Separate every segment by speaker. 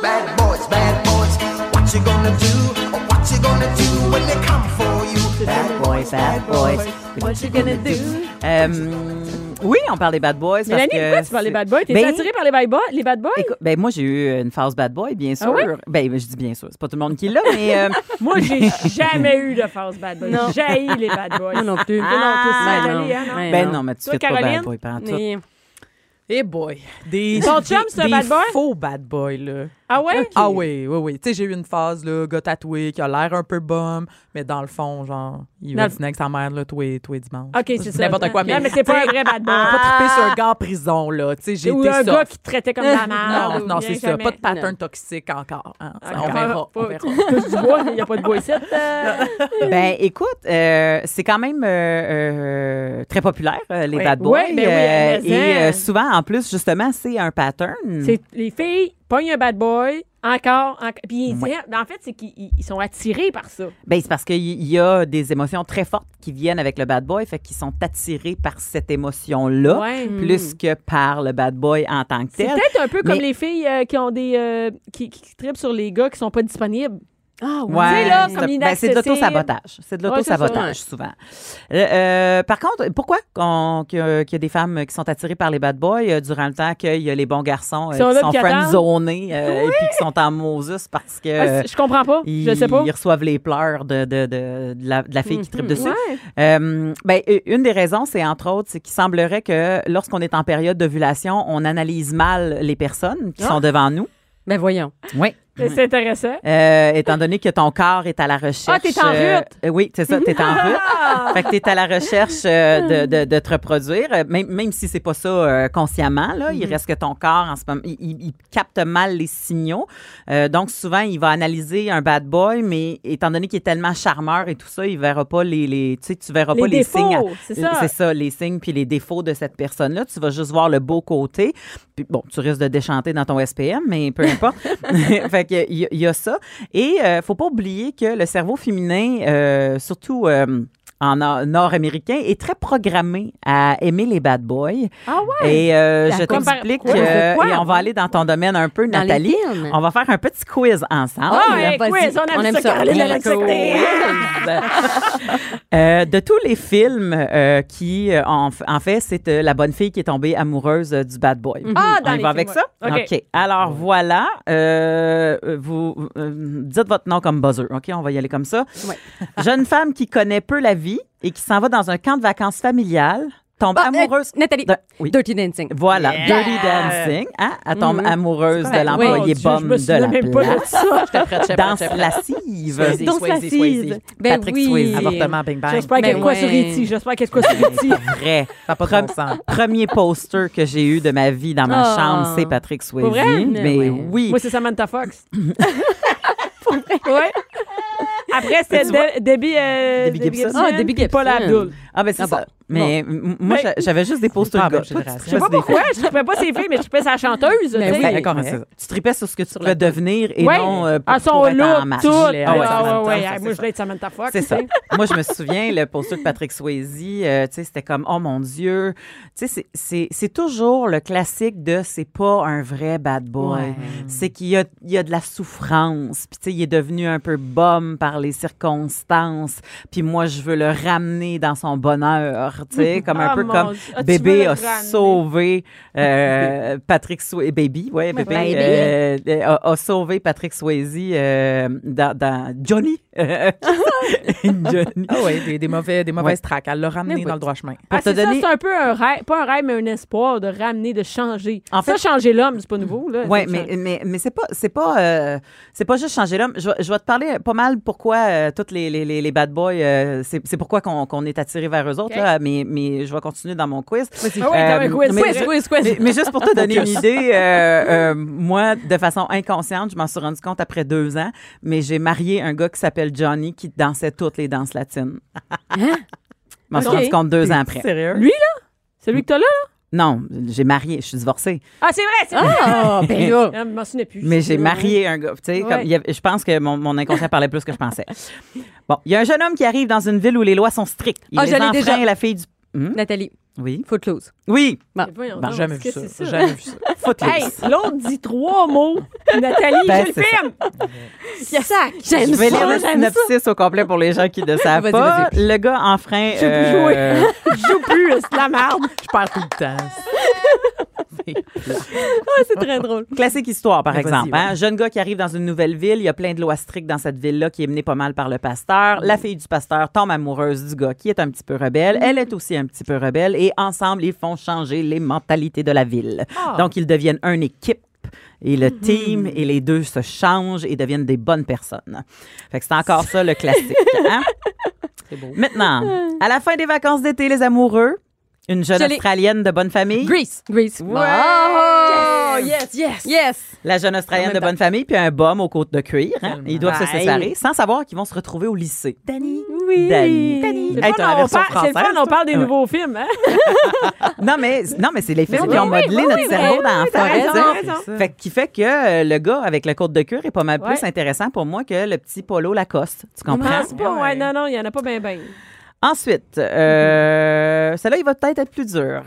Speaker 1: Bad boys, bad boys, what you gonna do? Or what you gonna do when they come for you?
Speaker 2: Bad boys, bad boys.
Speaker 3: What you gonna do?
Speaker 2: Euh, oui, on parle des bad boys. parce
Speaker 3: Mélanie,
Speaker 2: que
Speaker 3: pourquoi tu parles des
Speaker 2: c'est-
Speaker 3: bad boys? T'es
Speaker 2: Ben,
Speaker 3: attirée par les bad boys? Les bad boys?
Speaker 2: écoute, ben, moi, j'ai eu une phase bad boy, bien sûr.
Speaker 3: Ah ouais?
Speaker 2: Ben, je dis bien sûr. C'est pas tout le monde qui l'a, mais. euh,
Speaker 3: Moi, j'ai jamais eu de phase bad boy. J'ai haï les bad boys.
Speaker 4: Moi non plus.
Speaker 3: Toi non plus, Nathalie, hein, non?
Speaker 2: ben non, mais tu
Speaker 3: Toi,
Speaker 2: fais pas
Speaker 3: Caroline?
Speaker 2: bad boy pendant tout.
Speaker 3: Mais-
Speaker 4: Eh boy. Des,
Speaker 3: Ton
Speaker 4: des-
Speaker 3: chum, c'est un
Speaker 4: des
Speaker 3: bad boy?
Speaker 4: faux bad boy, là.
Speaker 3: Ah ouais?
Speaker 4: Ah oui, oui, oui. Tu sais, j'ai eu une phase, là, gars tatoué, qui a l'air un peu bum, mais dans le fond, genre, il
Speaker 3: Dans
Speaker 4: va
Speaker 3: le- Ah.
Speaker 4: dîner avec sa mère, là, tous les tous les dimanches.
Speaker 3: OK, c'est ça.
Speaker 4: N'importe quoi, mais-
Speaker 3: Non, mais c'est pas un vrai bad boy.
Speaker 4: J'ai pas trippé sur un gars en prison, là. Tu sais, j'ai
Speaker 3: Ou
Speaker 4: été
Speaker 3: un
Speaker 4: ça.
Speaker 3: gars qui te traitait comme de la merde.
Speaker 4: Non, non, c'est ça. Pas de
Speaker 3: patte.
Speaker 4: pattern toxique encore. hein. Ça,
Speaker 3: Encore.
Speaker 4: on verra. On
Speaker 3: Pas-
Speaker 4: verra.
Speaker 3: Touche du bois, il n'y a pas de bois ici. Euh,
Speaker 2: Ben, écoute, euh, c'est quand même euh, euh, très populaire, euh, les
Speaker 3: Oui.
Speaker 2: bad boys.
Speaker 3: Oui, ben oui, mais
Speaker 2: et
Speaker 3: hein.
Speaker 2: euh, souvent, en plus, justement, c'est un pattern.
Speaker 3: C'est les filles pognent un bad boy encore, encore puis ils
Speaker 2: Ouais.
Speaker 3: disent- en fait c'est qu'ils ils- ils sont attirés par ça.
Speaker 2: Ben, c'est parce qu'il y y a des émotions très fortes qui viennent avec le bad boy, fait qu'ils sont attirés par cette émotion-là.
Speaker 3: Ouais.
Speaker 2: Plus que par le bad boy en tant que
Speaker 3: C'est
Speaker 2: tel.
Speaker 3: peut-être un peu comme
Speaker 2: Mais-
Speaker 3: les filles euh, qui ont des euh, qui, qui trippent sur les gars qui sont pas disponibles.
Speaker 4: Ah
Speaker 2: Ouais,
Speaker 3: Tu sais, là,
Speaker 2: c'est
Speaker 3: comme
Speaker 2: un- ben, c'est de
Speaker 3: inaccessible.
Speaker 2: l'auto-sabotage. C'est de
Speaker 3: Ouais, c'est ça.
Speaker 2: l'auto-sabotage, souvent. Euh, euh, par contre, pourquoi qu'on- qu'il y a- qu'il y a des femmes qui sont attirées par les bad boys euh, durant le temps qu'il y a les bons garçons euh,
Speaker 3: Ils sont là
Speaker 2: qui sont
Speaker 3: puis qui attendent.
Speaker 2: friendzonés euh, et puis qui sont en Moses parce que...
Speaker 3: Ah,
Speaker 2: euh,
Speaker 3: c'est- je comprends pas,
Speaker 2: ils,
Speaker 3: je sais pas. Mhm.
Speaker 2: ils reçoivent les pleurs de, de, de, de la, de la fille qui tripe dessus.
Speaker 3: Ouais.
Speaker 2: Euh, ben, u- une des raisons, c'est entre autres, c'est qu'il semblerait que lorsqu'on est en période d'ovulation, on analyse mal les personnes
Speaker 3: Ah.
Speaker 2: qui sont devant nous.
Speaker 4: Ben voyons.
Speaker 2: Oui.
Speaker 3: C'est intéressant.
Speaker 2: Euh, étant donné que ton corps est à la recherche.
Speaker 3: Ah, t'es en
Speaker 2: euh,
Speaker 3: route.
Speaker 2: euh, oui, c'est ça, t'es en
Speaker 3: Ah,
Speaker 2: route. fait que t'es à la recherche euh, de, de, de te reproduire, euh, même, même si c'est pas ça euh, consciemment, là.
Speaker 3: Mhm.
Speaker 2: Il reste que ton corps, en ce moment, il, il- il capte mal les signaux. Euh, donc, souvent, il va analyser un bad boy, mais étant donné qu'il est tellement charmeur et tout ça, il verra pas les. les tu sais, tu verras
Speaker 3: Les
Speaker 2: pas
Speaker 3: défauts,
Speaker 2: les signes. à-
Speaker 3: c'est ça.
Speaker 2: C'est ça, les signes puis les défauts de cette personne-là. Tu vas juste voir le beau côté. Puis bon, tu risques de déchanter dans ton SPM, mais peu importe. fait que il y, a- il y a ça. Et euh, faut pas oublier que le cerveau féminin, euh, surtout euh, en nor- nord-américain, est très programmé à aimer les bad boys.
Speaker 3: Ah ouais.
Speaker 2: Et euh, je
Speaker 3: compar-
Speaker 2: t'explique,
Speaker 3: Ouais,
Speaker 2: euh,
Speaker 3: pourquoi?
Speaker 2: et on va aller dans ton domaine un peu,
Speaker 5: Dans
Speaker 2: Nathalie.
Speaker 5: les films.
Speaker 2: On va faire un petit quiz ensemble.
Speaker 3: Ah,
Speaker 5: oui, hein,
Speaker 3: hey,
Speaker 5: vas-y.
Speaker 3: quiz, on aime ça, Caroline, elle aime ça que t'es-
Speaker 5: Ah,
Speaker 2: Euh, de tous les films euh, qui, euh, en, en fait, c'est euh, la bonne fille qui est tombée amoureuse euh, du bad boy.
Speaker 3: Ah, dans
Speaker 2: On y
Speaker 3: les
Speaker 2: va
Speaker 3: films,
Speaker 2: avec
Speaker 3: ouais.
Speaker 2: ça?
Speaker 3: OK.
Speaker 2: Alors, voilà. Euh, vous euh, dites votre nom comme buzzer. OK, on va y aller comme ça. Jeune femme qui connaît peu la vie et qui s'en va dans un camp de vacances familial, tombe
Speaker 3: Bah,
Speaker 5: Ah,
Speaker 3: eh,
Speaker 5: euh,
Speaker 2: amoureuse...
Speaker 5: Nathalie,
Speaker 2: d'un- oui.
Speaker 5: Dirty Dancing.
Speaker 2: Voilà, Dirty Dancing. Hein? Elle tombe amoureuse de l'employé
Speaker 3: Mon Dieu,
Speaker 2: bum
Speaker 3: je me
Speaker 2: de
Speaker 3: souviens
Speaker 2: la
Speaker 3: même pas de
Speaker 2: place.
Speaker 3: ça.
Speaker 2: Danse lascive.
Speaker 5: Danse
Speaker 4: Swayze,
Speaker 5: lascive.
Speaker 4: Swayze.
Speaker 5: Ben
Speaker 2: Patrick
Speaker 5: oui.
Speaker 2: Swayze.
Speaker 4: Avortement, bing bang.
Speaker 3: J'espère qu'il y a de
Speaker 5: Ben
Speaker 3: quoi
Speaker 5: ouais.
Speaker 3: sur E.T. J'espère qu'il y a de quoi sur E.T.
Speaker 2: Vrai.
Speaker 4: Ça a pas de
Speaker 2: Pre-
Speaker 4: bon sens.
Speaker 2: Premier poster que j'ai eu de ma vie dans ma
Speaker 5: Ah.
Speaker 2: chambre, c'est Patrick Swayze.
Speaker 3: Pour vrai?
Speaker 2: Mais
Speaker 5: Ouais.
Speaker 2: oui.
Speaker 3: Moi, c'est Samantha Fox. ouais. Après, c'était De- Debbie, euh,
Speaker 2: Debbie Gibson.
Speaker 5: Ah, Debbie
Speaker 3: puis Paul
Speaker 5: Gibson.
Speaker 3: Abdul.
Speaker 2: Ah, ben c'est
Speaker 5: Ah bon.
Speaker 2: ça. Mais m- moi,
Speaker 3: Mais-
Speaker 2: j'a- j'avais juste des posters
Speaker 4: pas la
Speaker 2: de gars.
Speaker 4: même
Speaker 2: Toi, tu tripais
Speaker 4: génération. Je
Speaker 2: sur
Speaker 4: sais
Speaker 2: des
Speaker 3: Pourquoi? Je ne pas ses filles, mais je trouvais sa chanteuse.
Speaker 5: Ben
Speaker 3: tu
Speaker 2: gars.
Speaker 3: sais.
Speaker 5: oui.
Speaker 2: D'accord,
Speaker 4: Ouais.
Speaker 2: c'est ça. Tu tripais sur ce que tu pouvais devenir et
Speaker 3: Ouais.
Speaker 2: non euh,
Speaker 3: Ah,
Speaker 2: pour,
Speaker 3: son
Speaker 2: pour être en
Speaker 3: look,
Speaker 2: match.
Speaker 3: tout. Ah,
Speaker 4: l'ai-
Speaker 3: ouais,
Speaker 4: ah ouais,
Speaker 3: ouais,
Speaker 4: Samantha,
Speaker 3: ouais. Ah,
Speaker 4: ça, c'est
Speaker 3: Moi, je
Speaker 4: ça.
Speaker 3: voulais être Samantha Fox.
Speaker 2: C'est
Speaker 3: tu
Speaker 2: ça.
Speaker 3: sais.
Speaker 2: Moi, je me souviens, le poster de Patrick Swayze, euh, tu sais, c'était comme, oh mon Dieu. Tu sais, c'est- c'est- c'est toujours le classique de c'est pas un vrai bad boy.
Speaker 5: Ouais.
Speaker 2: C'est qu'il y a, il y a de la souffrance. Puis, tu sais, il est devenu un peu bum par les circonstances. Puis, moi, je veux le ramener dans son bonheur. Tu sais, comme un
Speaker 3: Ah,
Speaker 2: peu
Speaker 3: mon
Speaker 2: comme
Speaker 3: Dieu. Ah, tu veux
Speaker 2: bébé
Speaker 3: le
Speaker 2: a
Speaker 3: ramener.
Speaker 2: sauvé euh, Patrick Swayze. Baby, ouais, bébé.
Speaker 5: Baby.
Speaker 2: euh, euh, a, a sauvé Patrick Swayze euh, dans, dans Johnny.
Speaker 3: Ah!
Speaker 2: Johnny.
Speaker 4: Ah oui, des, des mauvais, des mauvaises
Speaker 2: Ouais.
Speaker 4: traques. Elle l'a
Speaker 5: Mais
Speaker 4: ramené
Speaker 5: oui.
Speaker 4: dans le droit chemin.
Speaker 2: Pour
Speaker 3: Ah,
Speaker 2: te
Speaker 3: c'est ça,
Speaker 2: donner-
Speaker 3: c'est un peu un rêve, pas un rêve, mais un espoir de ramener, de changer.
Speaker 2: En fait-
Speaker 3: ça, changer l'homme, c'est pas nouveau. là.
Speaker 2: Oui,
Speaker 3: C'est
Speaker 2: mais,
Speaker 3: changer-
Speaker 2: mais, mais c'est pas c'est pas euh, c'est pas juste changer l'homme. Je, vais- je vais te parler pas mal pourquoi euh, toutes les, les, les, les bad boys euh, c'est c'est pourquoi qu'on qu'on est attiré vers eux autres
Speaker 3: OK.
Speaker 2: là, mais mais je vais continuer dans mon quiz. Euh,
Speaker 3: Ah ouais, t'as un quiz,
Speaker 2: mais-
Speaker 3: quiz,
Speaker 2: mais-
Speaker 5: quiz, quiz.
Speaker 2: Mais, mais juste pour te donner une idée, euh, euh, moi, de façon inconsciente, je m'en suis rendu compte après deux ans, mais j'ai marié un gars qui s'appelle Johnny qui dansait toutes les danses latines. Je m'en suis
Speaker 3: OK.
Speaker 2: rendu compte deux ans après.
Speaker 4: Sérieux?
Speaker 3: Lui, là? Celui que t'as là? là?
Speaker 2: Non, j'ai marié, je suis divorcée.
Speaker 3: Ah, c'est vrai, c'est vrai.
Speaker 5: Ah, ben là.
Speaker 3: Ah, Je m'en souvenais plus.
Speaker 2: Hein? Mais j'ai marié un gars. Tu sais,
Speaker 3: Ouais.
Speaker 2: comme il y avait- je pense que mon, mon inconscient parlait plus que je pensais. Bon, il y a un jeune homme qui arrive dans une ville où les lois sont strictes. Il
Speaker 5: Ah,
Speaker 2: les
Speaker 5: j'allais
Speaker 2: enfreint
Speaker 5: déjà.
Speaker 2: la fille du. Hmm?
Speaker 5: Nathalie.
Speaker 2: Oui.
Speaker 5: Footloose.
Speaker 2: Oui.
Speaker 3: Mais voyons
Speaker 2: Ben,
Speaker 3: donc,
Speaker 4: jamais
Speaker 3: est-ce
Speaker 4: vu
Speaker 3: que
Speaker 4: ça.
Speaker 3: c'est
Speaker 4: Jamais vu ça.
Speaker 2: Footloose.
Speaker 3: Hey, l'autre dit trois mots. Nathalie,
Speaker 2: Ben,
Speaker 3: je
Speaker 2: c'est
Speaker 3: le filme.
Speaker 5: Sac!
Speaker 2: Je
Speaker 5: J'aime
Speaker 2: vais lire
Speaker 5: ça,
Speaker 2: le
Speaker 5: j'aime ça.
Speaker 2: synopsis au complet pour les gens qui ne savent
Speaker 5: Vas-y,
Speaker 2: pas.
Speaker 5: vas-y,
Speaker 2: Le gars enfreint.
Speaker 3: Je veux plus
Speaker 2: euh,
Speaker 3: Je joue plus, c'est de la merde.
Speaker 4: Je perds tout le temps.
Speaker 5: Ah, c'est très drôle.
Speaker 2: Classique histoire, par
Speaker 4: Mais vas-y,
Speaker 2: exemple.
Speaker 4: ouais.
Speaker 2: hein. Jeune gars qui arrive dans une nouvelle ville, il y a plein de lois strictes dans cette ville-là qui est menée pas mal par le pasteur.
Speaker 4: Mm.
Speaker 2: La fille du pasteur tombe amoureuse du gars qui est un petit peu rebelle. Elle est aussi un petit peu rebelle et ensemble, ils font changer les mentalités de la ville.
Speaker 4: Ah.
Speaker 2: Donc, ils deviennent une équipe. Et le
Speaker 4: Mm-hmm.
Speaker 2: team et les deux se changent et deviennent des bonnes personnes. Fait que c'est encore ça le classique. hein.
Speaker 4: C'est beau.
Speaker 2: Maintenant, à la fin des vacances d'été, les amoureux, une jeune
Speaker 5: Je l'ai.
Speaker 2: Australienne de bonne famille.
Speaker 5: Grease. Grease.
Speaker 2: Wow!
Speaker 3: Oh, yes, yes.
Speaker 5: Yes!
Speaker 2: La jeune
Speaker 5: En
Speaker 2: Australienne de
Speaker 5: même
Speaker 2: bonne famille, puis un bum aux côtes de cuir. hein.
Speaker 4: Tellement.
Speaker 2: Ils doivent se
Speaker 3: Bye.
Speaker 2: séparer sans savoir qu'ils vont se retrouver au lycée.
Speaker 5: Danny.
Speaker 3: Oui.
Speaker 2: Dani.
Speaker 3: C'est le
Speaker 4: Hey,
Speaker 3: fun,
Speaker 4: t'as la
Speaker 3: on
Speaker 4: version
Speaker 3: parle- c'est le fun,
Speaker 4: française,
Speaker 3: on
Speaker 4: toi?
Speaker 3: parle des
Speaker 2: Ouais.
Speaker 3: nouveaux films. Hein?
Speaker 2: Ah, Non, mais, non, mais c'est les films
Speaker 5: Mais
Speaker 2: qui ont
Speaker 5: oui,
Speaker 2: modelé
Speaker 5: oui,
Speaker 2: notre
Speaker 5: oui,
Speaker 2: cerveau
Speaker 5: oui,
Speaker 2: dans la
Speaker 5: oui, t'as
Speaker 2: forêt.
Speaker 5: raison,
Speaker 2: tu sais.
Speaker 5: t'as
Speaker 4: raison.
Speaker 2: Fait que- qui fait que euh, le gars avec la côte de cuir est pas mal
Speaker 3: Ouais.
Speaker 2: plus intéressant pour moi que le petit polo Lacoste. Tu
Speaker 5: Ah,
Speaker 2: comprends?
Speaker 3: Pense pas, ouais, non, non, il y en a pas bien, ben. bien.
Speaker 2: Ensuite, euh, celui-là, il va peut-être être plus dur.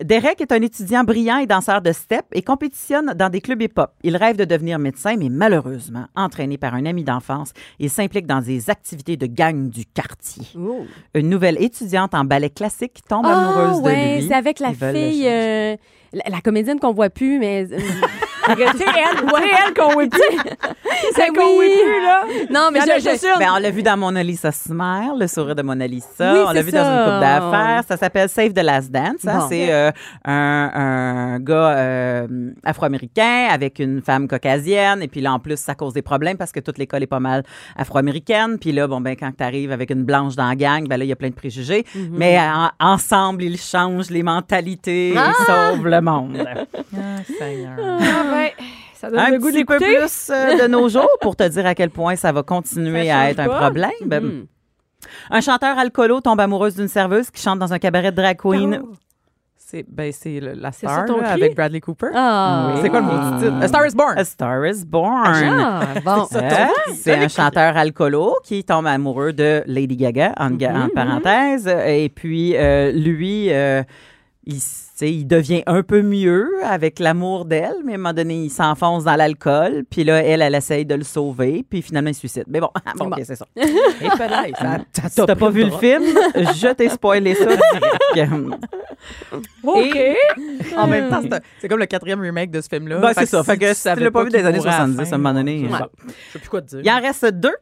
Speaker 2: Derek est un étudiant brillant et danseur de step et compétitionne dans des clubs hip-hop. Il rêve de devenir médecin, mais malheureusement, entraîné par un ami d'enfance, il s'implique dans des activités de gang du quartier.
Speaker 5: Oh,
Speaker 2: Une nouvelle étudiante en ballet classique tombe amoureuse
Speaker 5: Ah, ouais,
Speaker 2: de lui.
Speaker 5: c'est avec la
Speaker 2: Ils veulent le
Speaker 5: fille,
Speaker 2: changer.
Speaker 5: euh, la, la comédienne qu'on voit plus, mais. euh,
Speaker 3: C'est elle, ouais, elle qu'on est plus.
Speaker 5: C'est
Speaker 3: C'est qu'on est plus, là.
Speaker 5: Ben Non, mais
Speaker 3: Il y en a
Speaker 5: je, je-
Speaker 3: juste une.
Speaker 2: Ben, on l'a vu dans Mona Lisa Smile, le sourire de Mona Lisa.
Speaker 5: Oui,
Speaker 2: on l'a
Speaker 5: c'est
Speaker 2: vu
Speaker 5: ça.
Speaker 2: dans une coupe d'affaires. Ça s'appelle Save the Last Dance. hein.
Speaker 5: Bon.
Speaker 2: C'est euh, un, un gars euh, afro-américain avec une femme caucasienne. Et puis là, en plus, ça cause des problèmes parce que toute l'école est pas mal afro-américaine. Puis là, bon, ben, quand tu arrives avec une blanche dans la gang, ben là, il y a plein de préjugés.
Speaker 5: Mm-hmm.
Speaker 2: Mais en- ensemble, ils changent les mentalités. Ils sauvent le monde.
Speaker 4: Ah, Seigneur.
Speaker 3: Ah, ben, ça donne
Speaker 2: un
Speaker 3: le goût de
Speaker 2: petit peu
Speaker 3: l'écouter.
Speaker 2: plus euh, de nos jours pour te dire à quel point ça va continuer
Speaker 3: Ça
Speaker 2: à
Speaker 3: change
Speaker 2: être un
Speaker 3: pas. Mm.
Speaker 2: problème.
Speaker 5: Mhm.
Speaker 2: Un chanteur alcolo tombe amoureuse d'une serveuse qui chante dans un cabaret de drag queen.
Speaker 3: Oh.
Speaker 4: C'est ben, c'est le- la
Speaker 3: ça
Speaker 4: star
Speaker 3: ton
Speaker 4: là,
Speaker 3: cri?
Speaker 4: avec Bradley Cooper.
Speaker 5: Ah.
Speaker 4: C'est quoi le mot du titre? A Star is Born.
Speaker 2: A Star is Born.
Speaker 5: Ah, bon.
Speaker 2: Hein? C'est un chanteur alcoolo qui tombe amoureux de Lady Gaga, en, ga- en parenthèse. Et puis, euh, lui, euh, il, s- tu sais, il devient un peu mieux avec l'amour d'elle, mais à un moment donné, il s'enfonce dans l'alcool. Puis là, elle, elle essaye de le sauver. Puis finalement, il se suicide. Mais bon, bon, ok, c'est ça. Mm.
Speaker 4: Et peut-être, ça- ça
Speaker 2: Si
Speaker 4: t'a
Speaker 2: t'as pas
Speaker 4: pris
Speaker 2: vu le
Speaker 4: drogue.
Speaker 2: film, je t'ai spoilé ça. direct.
Speaker 3: OK.
Speaker 4: En même temps, c'est un- c'est comme le quatrième remake de ce film-là.
Speaker 2: Ben,
Speaker 4: Bah,
Speaker 2: c'est
Speaker 4: Fait que
Speaker 2: ça.
Speaker 4: si
Speaker 2: Fait que si tu
Speaker 4: savais
Speaker 2: l'as pas vu
Speaker 4: qu'il
Speaker 2: des années
Speaker 4: mourait à la
Speaker 2: 70,
Speaker 4: fin,
Speaker 2: à un moment donné,
Speaker 4: je sais
Speaker 2: ouais.
Speaker 4: pas. Je sais plus quoi te dire.
Speaker 2: Il en reste deux.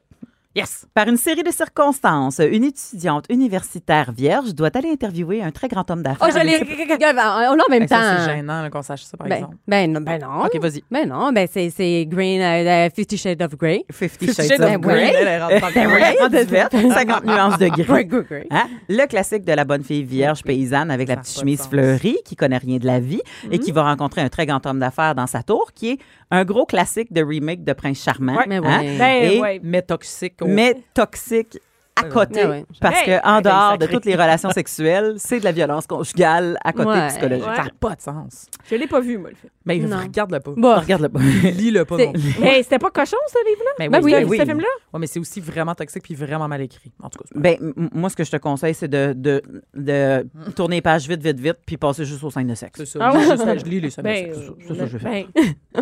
Speaker 4: Yes.
Speaker 2: Par une série de circonstances, une étudiante universitaire vierge doit aller interviewer un très grand homme
Speaker 5: Oh,
Speaker 2: d'affaires.
Speaker 5: je l'ai. Regarde, On l'a en même
Speaker 4: Hey, ça, c'est
Speaker 5: temps.
Speaker 4: gênant là, qu'on sache ça, par
Speaker 5: Ben,
Speaker 4: exemple.
Speaker 5: ben, non, ben non.
Speaker 4: OK, vas-y.
Speaker 5: Ben non, ben c'est c'est Green, euh, euh, Fifty Shades of Grey.
Speaker 2: Fifty
Speaker 4: Fifty
Speaker 2: Shades of
Speaker 5: Ben ouais.
Speaker 2: Grey.
Speaker 4: Elle est rentrée dans le-
Speaker 2: Vraiment de fait, 50 nuances de gris.
Speaker 5: Grey.
Speaker 2: Hein? Le classique de la bonne fille vierge paysanne avec la
Speaker 4: Ça a
Speaker 2: petite
Speaker 4: pas de
Speaker 2: chemise
Speaker 4: sens.
Speaker 2: fleurie qui connaît rien de la vie et qui va rencontrer un très grand homme d'affaires dans sa tour qui est un gros classique de remake de Prince Charmant.
Speaker 5: Mais
Speaker 2: hein.
Speaker 5: ouais.
Speaker 3: Ben,
Speaker 2: Et-
Speaker 3: ouais.
Speaker 4: Mais toxique. au-
Speaker 2: mais toxique à côté
Speaker 5: Ah ouais.
Speaker 2: parce
Speaker 3: Hey,
Speaker 2: que en
Speaker 4: hey,
Speaker 2: dehors de
Speaker 4: sacré.
Speaker 2: toutes les relations sexuelles, c'est de la violence conjugale à côté
Speaker 5: Ouais.
Speaker 2: psychologique.
Speaker 3: Ouais.
Speaker 4: Ça n'a pas de sens.
Speaker 3: Je l'ai pas vu, moi, le film.
Speaker 4: Mais
Speaker 5: Non.
Speaker 4: regarde-le pas.
Speaker 5: Bon,
Speaker 2: Regarde-le pas.
Speaker 4: Lis-le pas.
Speaker 5: C'est-
Speaker 4: non plus.
Speaker 3: Hey, c'était pas cochon, ce livre-là?
Speaker 4: Mais
Speaker 5: Ben oui,
Speaker 4: c'est-
Speaker 3: ce,
Speaker 2: oui.
Speaker 3: ce film-là?
Speaker 4: Ouais, mais c'est aussi vraiment toxique puis vraiment mal écrit. En tout cas, c'est pas-
Speaker 2: Ben, m- moi, ce que je te conseille, c'est de, de, de
Speaker 3: Hein?
Speaker 2: tourner les pages vite, vite, vite, puis passer juste aux scènes de sexe.
Speaker 4: c'est ça.
Speaker 3: Ah
Speaker 4: Je-
Speaker 3: ouais.
Speaker 4: je, je lis les scènes.
Speaker 3: Ben,
Speaker 4: c'est ça,
Speaker 3: euh,
Speaker 4: c'est ça que je vais faire.
Speaker 3: ben,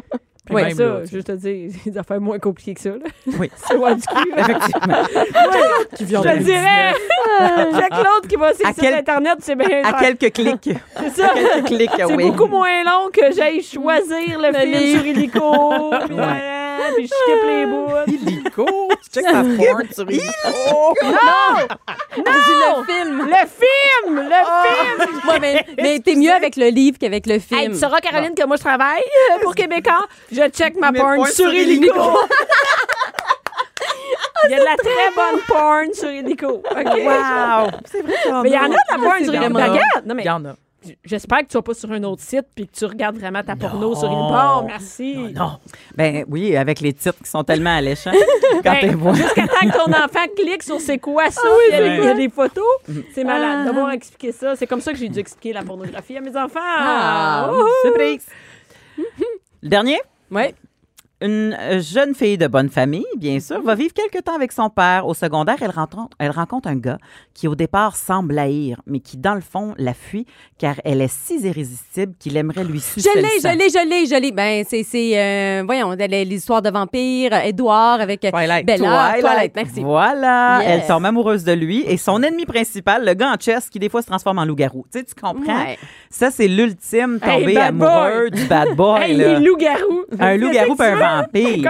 Speaker 4: Puis
Speaker 3: ouais,
Speaker 4: même,
Speaker 3: ça,
Speaker 4: là,
Speaker 3: je
Speaker 4: tu sais,
Speaker 3: veux te dire, c'est des affaires moins compliquées que ça, là.
Speaker 2: Oui.
Speaker 3: C'est loin du cul, là.
Speaker 2: Effectivement.
Speaker 4: qui
Speaker 3: Je
Speaker 4: vient
Speaker 3: te
Speaker 4: de
Speaker 3: le dirais! euh, Jacques Claude qui va sur
Speaker 2: À
Speaker 3: le
Speaker 2: quel-
Speaker 3: site Internet, c'est bien.
Speaker 2: À quelques clics.
Speaker 3: C'est ça!
Speaker 2: Quelques clics,
Speaker 3: C'est
Speaker 2: oui.
Speaker 3: beaucoup moins long que j'aille choisir le, film sur illico, puis voilà, puis je skip les bouts.
Speaker 4: Illico. Tu check ta porn sur Illico.
Speaker 5: le film.
Speaker 3: Le film! Le film!
Speaker 5: Ouais, mais mais t'es mieux avec le livre qu'avec le film.
Speaker 3: Hey, tu sauras, Caroline, que moi, je travaille euh, pour Québécois. Je check ma
Speaker 4: Mes
Speaker 3: porn
Speaker 4: porn
Speaker 3: sur
Speaker 4: sur
Speaker 3: illico. Il y a de la très bonne porn sur illico. OK?
Speaker 2: Wow! C'est vrai,
Speaker 3: Mais il y en a Ah, de la porn sur illico.
Speaker 5: vraiment-
Speaker 3: Regarde! Non, mais
Speaker 4: Il y en a.
Speaker 3: j'espère que tu vas pas sur un autre site puis que tu regardes vraiment ta porno sur illico. Bon, merci.
Speaker 4: Non.
Speaker 2: Ben oui, avec les titres qui sont tellement alléchants quand
Speaker 3: Ben,
Speaker 2: t'es vois.
Speaker 3: Jusqu'à temps que ton enfant clique sur Ah c'est quoi Mhm. Ah. ça, puis il y a- il y a des photos, c'est malade. D'avoir expliqué ça, c'est comme ça que j'ai dû expliquer la pornographie à mes enfants.
Speaker 5: Ah.
Speaker 3: Wouhou!
Speaker 2: Surprise! Le dernier?
Speaker 5: Ouais.
Speaker 2: une euh, jeune fille de bonne famille, bien sûr, va vivre quelques temps avec son père. Au secondaire, elle rencontre, elle rencontre un gars qui, au départ, semble haïr, mais qui, dans le fond, la fuit car elle est si irrésistible qu'il aimerait lui
Speaker 5: Je
Speaker 2: sucer le
Speaker 5: l'ai, je
Speaker 2: sang.
Speaker 5: l'ai, je l'ai, je l'ai. Ben, c'est, c'est, euh, voyons, les- l'histoire de vampire, euh, Edouard avec euh,
Speaker 4: Twilight.
Speaker 5: Bella.
Speaker 2: Twilight.
Speaker 5: Twilight, merci.
Speaker 2: Voilà,
Speaker 5: Yes.
Speaker 2: elle tombe amoureuse de lui et son ennemi principal, le gars en chess qui des fois se transforme en loup-garou. Tu sais, tu comprends?
Speaker 5: Ouais.
Speaker 2: Ça, c'est l'ultime
Speaker 3: Hey,
Speaker 2: tombée
Speaker 3: bad boy.
Speaker 2: amoureuse du bad boy.
Speaker 3: Hey,
Speaker 2: Oh, là.
Speaker 3: les loups-garous.
Speaker 2: Un loup-garou puis un vampire.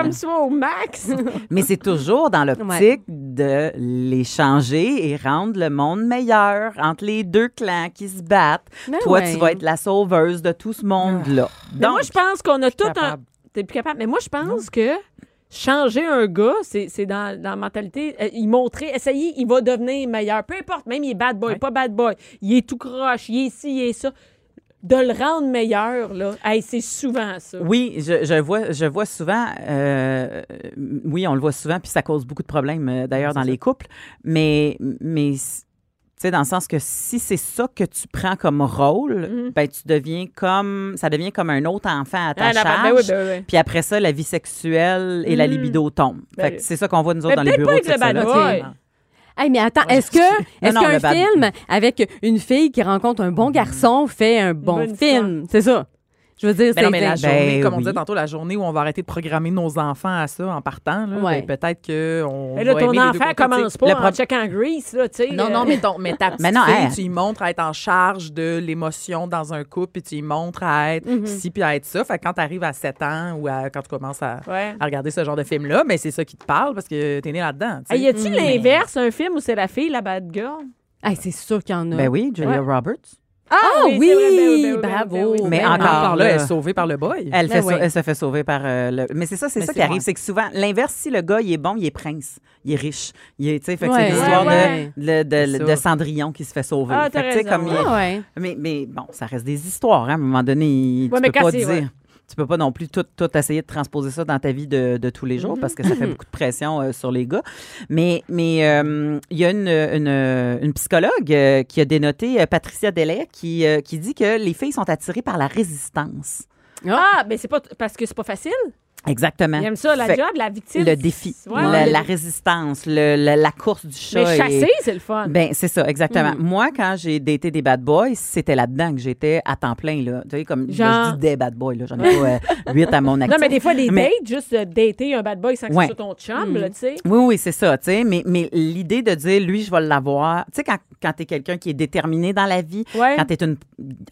Speaker 3: Comme ça au max.
Speaker 2: Mais c'est toujours dans l'optique de les changer et rendre le monde meilleur entre les deux clans qui se battent.
Speaker 5: Ben
Speaker 2: Toi,
Speaker 5: ouais.
Speaker 2: tu vas être la sauveuse de tout ce monde-là.
Speaker 3: Ah Mais
Speaker 2: Donc,
Speaker 3: moi, je pense qu'on a tout un.
Speaker 4: capable.
Speaker 3: T'es plus capable. Mais moi, je pense que changer un gars, c'est c'est dans, dans la mentalité. euh, il montrer, essayer, il va devenir meilleur. Peu importe, même il est bad boy, pas bad boy. Il est tout croche, il est ci, il est ça. De le rendre meilleur, là, hey, c'est souvent ça.
Speaker 2: Oui, je, je vois, je vois souvent, euh, euh, oui, on le voit souvent, puis ça cause beaucoup de problèmes euh, d'ailleurs dans les couples, mais, mais c- tu sais, dans le sens que si c'est ça que tu prends comme rôle,
Speaker 3: Mm.
Speaker 2: ben tu deviens comme, ça devient comme un autre enfant à ta
Speaker 3: Mhm. Ah, la-
Speaker 2: charge.
Speaker 3: ben oui, ben oui.
Speaker 2: Puis après ça, la vie sexuelle et la
Speaker 3: Mm.
Speaker 2: libido tombent.
Speaker 3: Ben,
Speaker 2: Fait que c'est ça qu'on voit nous autres
Speaker 3: mais
Speaker 2: dans les
Speaker 3: peut-être
Speaker 2: bureaux.
Speaker 3: pas
Speaker 2: de
Speaker 3: avec le bad
Speaker 2: sexologues.
Speaker 3: boy.
Speaker 2: Non.
Speaker 5: Hey, mais attends, est-ce que est-ce
Speaker 2: non,
Speaker 5: qu'un
Speaker 2: le bad-
Speaker 5: film avec une fille qui rencontre un bon garçon fait un bon
Speaker 3: bonne
Speaker 5: film? C'est ça. Je veux dire,
Speaker 4: Ben
Speaker 5: c'est
Speaker 4: non, mais la
Speaker 5: c'est-
Speaker 2: Ben
Speaker 4: journée, comme on
Speaker 2: oui.
Speaker 4: disait tantôt, la journée où on va arrêter de programmer nos enfants à ça en partant, là,
Speaker 5: Ouais.
Speaker 4: ben peut-être que on
Speaker 3: Mais là,
Speaker 4: va
Speaker 3: ton
Speaker 4: aimer les deux
Speaker 3: enfant
Speaker 4: côtés,
Speaker 3: commence
Speaker 4: tu sais.
Speaker 3: pas euh.
Speaker 4: Le
Speaker 3: en
Speaker 4: pro-
Speaker 3: checkant Grease, là, tu sais.
Speaker 4: Non, non, mais, ton, mais ta petite
Speaker 2: Mais non,
Speaker 4: fille,
Speaker 2: hein.
Speaker 4: tu y montres à être en charge de l'émotion dans un couple, puis tu y montres à être
Speaker 3: Mm-hmm.
Speaker 4: ci, puis à être ça. Fait que quand tu arrives à 7 ans ou à- quand tu commences à,
Speaker 3: Ouais.
Speaker 4: à regarder ce genre de film-là, mais c'est ça qui te parle parce que t'es né là-dedans. tu sais.
Speaker 3: Hey, Ah, y
Speaker 2: Hmm.
Speaker 3: a-tu l'inverse, un film où c'est la fille, la bad girl?
Speaker 5: Hey, c'est sûr qu'il y en a.
Speaker 2: Ben oui, Julia Roberts.
Speaker 5: Ah
Speaker 3: c'est vrai,
Speaker 5: oui,
Speaker 3: ben oui, ben oui, ben oui, ben
Speaker 5: bravo.
Speaker 3: oui.
Speaker 2: Mais
Speaker 5: Ben
Speaker 2: encore
Speaker 5: oui.
Speaker 4: Par là,
Speaker 2: là.
Speaker 4: elle est sauvée par le boy.
Speaker 2: Elle,
Speaker 5: Ben
Speaker 2: fait
Speaker 5: ouais.
Speaker 2: sau- elle se fait sauver par euh, le. Mais c'est ça, c'est
Speaker 3: Ben
Speaker 4: Mais
Speaker 2: ça qui
Speaker 4: c'est-
Speaker 2: arrive.
Speaker 4: ouais.
Speaker 2: C'est que souvent, l'inverse, si le gars, il est bon, il est prince, il est riche. Il est, tu sais, fait que
Speaker 5: Ouais.
Speaker 2: c'est l'histoire
Speaker 3: Ouais,
Speaker 2: de, le- de,
Speaker 4: C'est
Speaker 2: de
Speaker 4: ça.
Speaker 2: Cendrillon qui se fait sauver. Fait
Speaker 3: Ah,
Speaker 2: que,
Speaker 3: t'as
Speaker 2: tu sais,
Speaker 3: raison,
Speaker 2: comme il-
Speaker 5: Ah ouais.
Speaker 2: mais, mais bon, ça reste des histoires. hein. À un moment donné, il- tu
Speaker 3: Ouais, mais
Speaker 2: peux pas
Speaker 3: cassé,
Speaker 2: dire.
Speaker 3: ouais.
Speaker 2: Tu peux pas non plus tout, tout essayer de transposer ça dans ta vie de, de tous les
Speaker 3: Mm-hmm.
Speaker 2: jours parce que ça fait beaucoup de pression euh, sur les gars. Mais mais euh, il y a une, une- une psychologue euh, qui a dénoté euh, Patricia Delay qui, euh, qui dit que les filles sont attirées par la résistance.
Speaker 3: Ah, mais c'est pas parce que c'est pas facile.
Speaker 2: Exactement.
Speaker 3: Il aime ça, la
Speaker 2: Ben, Fait-
Speaker 3: job, la victime.
Speaker 2: le défi,
Speaker 3: Ouais,
Speaker 2: la,
Speaker 3: le-
Speaker 2: la résistance, le- la, la course du chat.
Speaker 3: Mais
Speaker 2: et-
Speaker 3: chasser, c'est le fun.
Speaker 2: Ben, c'est ça, exactement.
Speaker 3: Hmm.
Speaker 2: Moi, quand j'ai daté des bad boys, c'était là-dedans que j'étais à temps plein. Là. Tu sais, comme
Speaker 3: Genre-
Speaker 2: je dis des bad boys, là. j'en ai pas euh, huit à mon actif.
Speaker 3: non, mais des fois, des
Speaker 2: Mais-
Speaker 3: dates, juste euh, dater un bad boy sans que
Speaker 2: Ouais. Hmm.
Speaker 3: ce soit ton chum, là, tu sais.
Speaker 2: Oui, oui, c'est ça, tu sais. Mais, mais l'idée de dire, lui, je vais l'avoir. Tu sais, quand, quand t'es quelqu'un qui est déterminé dans la vie,
Speaker 3: Ouais.
Speaker 2: quand t'es une,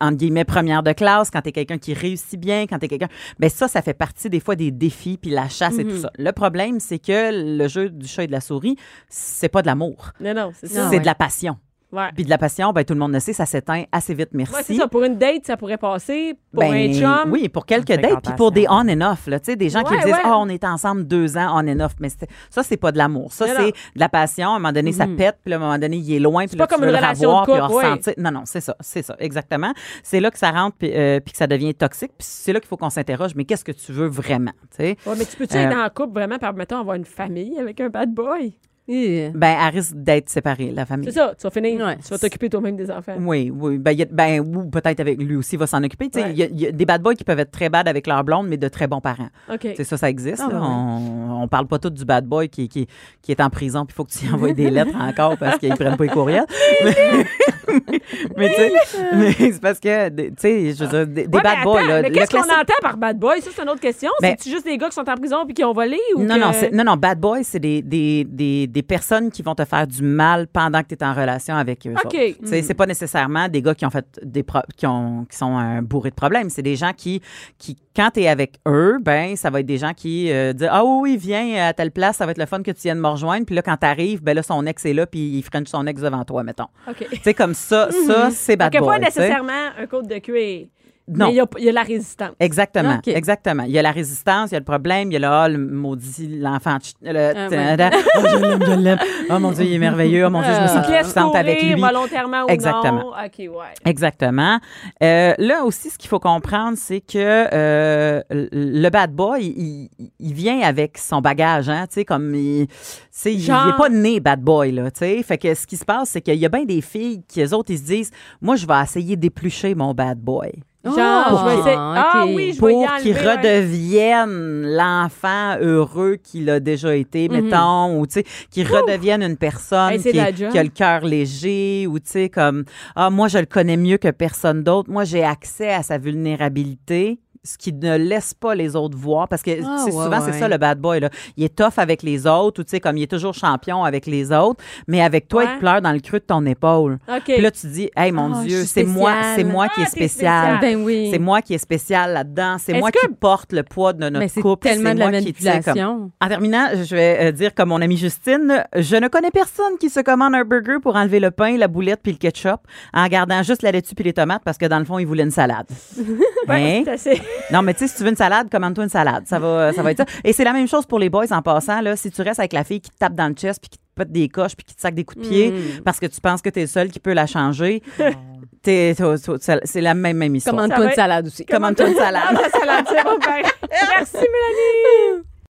Speaker 2: entre guillemets, première de classe, quand t'es quelqu'un qui réussit bien, quand t'es quelqu'un. Ben, ça, ça fait partie des fois des défis, puis la chasse et
Speaker 3: Mm-hmm.
Speaker 2: tout ça. Le problème, c'est que le jeu du chat et de la souris, c'est pas de l'amour.
Speaker 3: Non, non, c'est ça.
Speaker 5: Non.
Speaker 2: C'est
Speaker 5: ouais.
Speaker 2: de la passion.
Speaker 3: Ouais.
Speaker 2: Puis de la passion, ben, tout le monde le sait, ça s'éteint assez vite, merci.
Speaker 3: Ouais, c'est ça. Pour une date, ça pourrait passer. Pour
Speaker 2: Ben,
Speaker 3: un chum.
Speaker 2: Oui, pour quelques
Speaker 4: Fréquentation.
Speaker 2: dates, puis pour des on and off, là, tu sais, des gens qui
Speaker 3: Ouais,
Speaker 2: disent
Speaker 3: ouais.
Speaker 2: Ah, on est ensemble deux ans on and off », mais c'est- ça, c'est pas de l'amour. Ça,
Speaker 3: Mais non. Mm-hmm.
Speaker 2: c'est de la passion. À un moment donné, ça pète, puis là, à un moment donné, il est loin, puis là,
Speaker 3: pas
Speaker 2: tu
Speaker 3: comme
Speaker 2: veux
Speaker 3: une
Speaker 2: le
Speaker 3: relation
Speaker 2: revoir,
Speaker 3: de
Speaker 2: puis le
Speaker 3: couple, ouais.
Speaker 2: ressentir. Non, non, c'est ça, c'est ça, exactement. C'est là que ça rentre, puis euh, puis que ça devient toxique, puis c'est là qu'il faut qu'on s'interroge, mais qu'est-ce que tu veux vraiment, tu sais?
Speaker 3: Ouais, mais tu peux-tu
Speaker 2: Euh,
Speaker 3: être en couple vraiment par, mettons, avoir une famille avec un bad boy?
Speaker 5: Eh.
Speaker 2: Ben, elle risque d'être séparée, la famille.
Speaker 3: C'est ça. Tu vas finir.
Speaker 5: Ouais.
Speaker 3: Tu vas t'occuper toi-même des enfants.
Speaker 2: Oui, oui. Ben, il y a- ben, ou peut-être avec lui aussi, il va s'en occuper. Tu sais,
Speaker 3: Ouais.
Speaker 2: Il y, a- il y a des bad boys qui peuvent être très bad avec leur blonde, mais de très bons parents.
Speaker 3: OK.
Speaker 2: C'est ça, ça existe.
Speaker 5: Ah,
Speaker 2: là.
Speaker 5: ouais.
Speaker 2: On, on parle pas tout du bad boy qui, qui, qui est en prison, puis il faut que tu lui envoies des lettres encore parce qu'ils prennent pas les courriels. mais mais tu sais, mais c'est parce que, des- tu sais, je veux dire, des, des
Speaker 3: Ouais, mais
Speaker 2: bad boys,
Speaker 3: attends,
Speaker 2: là,
Speaker 3: Mais
Speaker 2: le
Speaker 3: qu'est-ce qu'on
Speaker 2: classique-
Speaker 3: entend par bad boy? Ça, c'est une autre question.
Speaker 2: Ben-
Speaker 3: C'est-tu juste des gars qui sont en prison puis qui ont volé? Ou
Speaker 2: Non,
Speaker 3: que-
Speaker 2: non, c'est- non, non, bad boy, c'est des, des, des, des personnes qui vont te faire du mal pendant que tu es en relation avec eux.
Speaker 3: OK. Mm.
Speaker 2: autres. Tu sais, C'est pas nécessairement des gars qui ont fait des pro- qui, ont, qui sont euh, bourrés de problèmes. C'est des gens qui, qui quand tu es avec eux, ben ça va être des gens qui euh, disent Ah oui, oui, viens à telle place, ça va être le fun que tu viennes me rejoindre. Puis là, quand tu arrives, ben là, son ex est là, puis il freine son ex devant toi, mettons.
Speaker 3: OK.
Speaker 2: Tu sais, comme ça, ça, c'est bad
Speaker 3: Mm-hmm. Donc, il n'y a
Speaker 2: boy.
Speaker 3: pas
Speaker 2: tu sais.
Speaker 3: nécessairement un code de cuir.
Speaker 2: Non.
Speaker 3: Mais il y a- Ah, il y, a la résistance.
Speaker 2: Exactement,
Speaker 5: OK.
Speaker 2: exactement. Il y a la résistance, il y a le problème, il y a le, ah, le maudit, l'enfant. ch- le-
Speaker 3: Ah,
Speaker 5: ouais.
Speaker 2: tada. Oh, je l'aime, je l'aime. Oh mon Dieu, il est merveilleux. Oh mon Dieu, je me
Speaker 5: Ah.
Speaker 2: sens
Speaker 3: Qui laisse
Speaker 2: puissante avec
Speaker 3: courir
Speaker 2: lui.
Speaker 3: volontairement ou non.
Speaker 2: Exactement.
Speaker 3: OK, ouais.
Speaker 2: Exactement. Euh, là aussi, ce qu'il faut comprendre, c'est que euh, le bad boy, il, il- il vient avec son bagage, hein, tu sais, comme il, tu sais, il, il
Speaker 3: Genre-
Speaker 2: est pas né bad boy là, tu sais. Fait que ce qui se passe, c'est qu'il y a bien des filles qui les autres ils se disent, moi je vais essayer d'éplucher mon bad boy.
Speaker 3: Genre,
Speaker 5: Ah,
Speaker 3: Oh, je vais essayer-
Speaker 5: ok.
Speaker 3: Ah oui, je vais y
Speaker 2: pour qu'il
Speaker 3: enlever un-
Speaker 2: redevienne l'enfant heureux qu'il a déjà été,
Speaker 5: Mhm.
Speaker 2: mettons, ou tu sais, qu'il redevienne une personne
Speaker 3: Hey, c'est
Speaker 2: qui,
Speaker 3: de la job.
Speaker 2: qui a le cœur léger, ou tu sais, comme, ah, moi, je le connais mieux que personne d'autre. Moi, j'ai accès à sa vulnérabilité ce qui ne laisse pas les autres voir parce que
Speaker 5: Ah,
Speaker 2: tu sais,
Speaker 5: ouais,
Speaker 2: souvent c'est
Speaker 5: ouais.
Speaker 2: ça le bad boy là. il est tough avec les autres ou tu sais comme il est toujours champion avec les autres mais avec toi il
Speaker 3: Ouais.
Speaker 2: te pleure dans le creux de ton épaule
Speaker 3: OK.
Speaker 2: puis là tu dis hey mon
Speaker 5: Ah, je
Speaker 2: dieu
Speaker 5: suis
Speaker 2: c'est moi c'est
Speaker 5: spéciale.
Speaker 2: moi qui
Speaker 3: Ah,
Speaker 2: est
Speaker 3: t'es
Speaker 2: spécial
Speaker 3: spéciale.
Speaker 5: Ben oui.
Speaker 2: c'est moi qui est spécial là-dedans. C'est
Speaker 3: Est-ce
Speaker 2: moi qui porte le poids de
Speaker 5: Mais
Speaker 2: notre
Speaker 5: Ben, c'est
Speaker 2: couple.
Speaker 5: tellement de la
Speaker 2: moi qui, tu sais, comme-
Speaker 5: manipulation.
Speaker 2: En terminant, je vais euh, dire comme mon amie Justine, je ne connais personne qui se commande un burger pour enlever le pain, la boulette puis le ketchup en gardant juste la laitue puis les tomates parce que dans le fond, il voulait une salade. Hein?
Speaker 3: Ouais, Ah, c'est assez-
Speaker 2: Non, mais tu sais, si tu veux une salade, commande-toi une salade. Ça va, ça va être ça. Et c'est la même chose pour les boys en passant. Là, si tu restes avec la fille qui te tape dans le chest puis qui te pète des coches puis qui te sac des
Speaker 5: Mm.
Speaker 2: coups de pied
Speaker 3: Hmm.
Speaker 2: parce que tu penses que t'es le seul qui peut la changer, t'es- t'as- t'as- c'est la même, même histoire.
Speaker 3: Ça
Speaker 5: Commande-toi
Speaker 3: va
Speaker 5: une
Speaker 3: être-
Speaker 5: salade aussi.
Speaker 2: Commande-toi une salade.
Speaker 3: Ah, ça, c'est la tire au pain. Merci, Mélanie.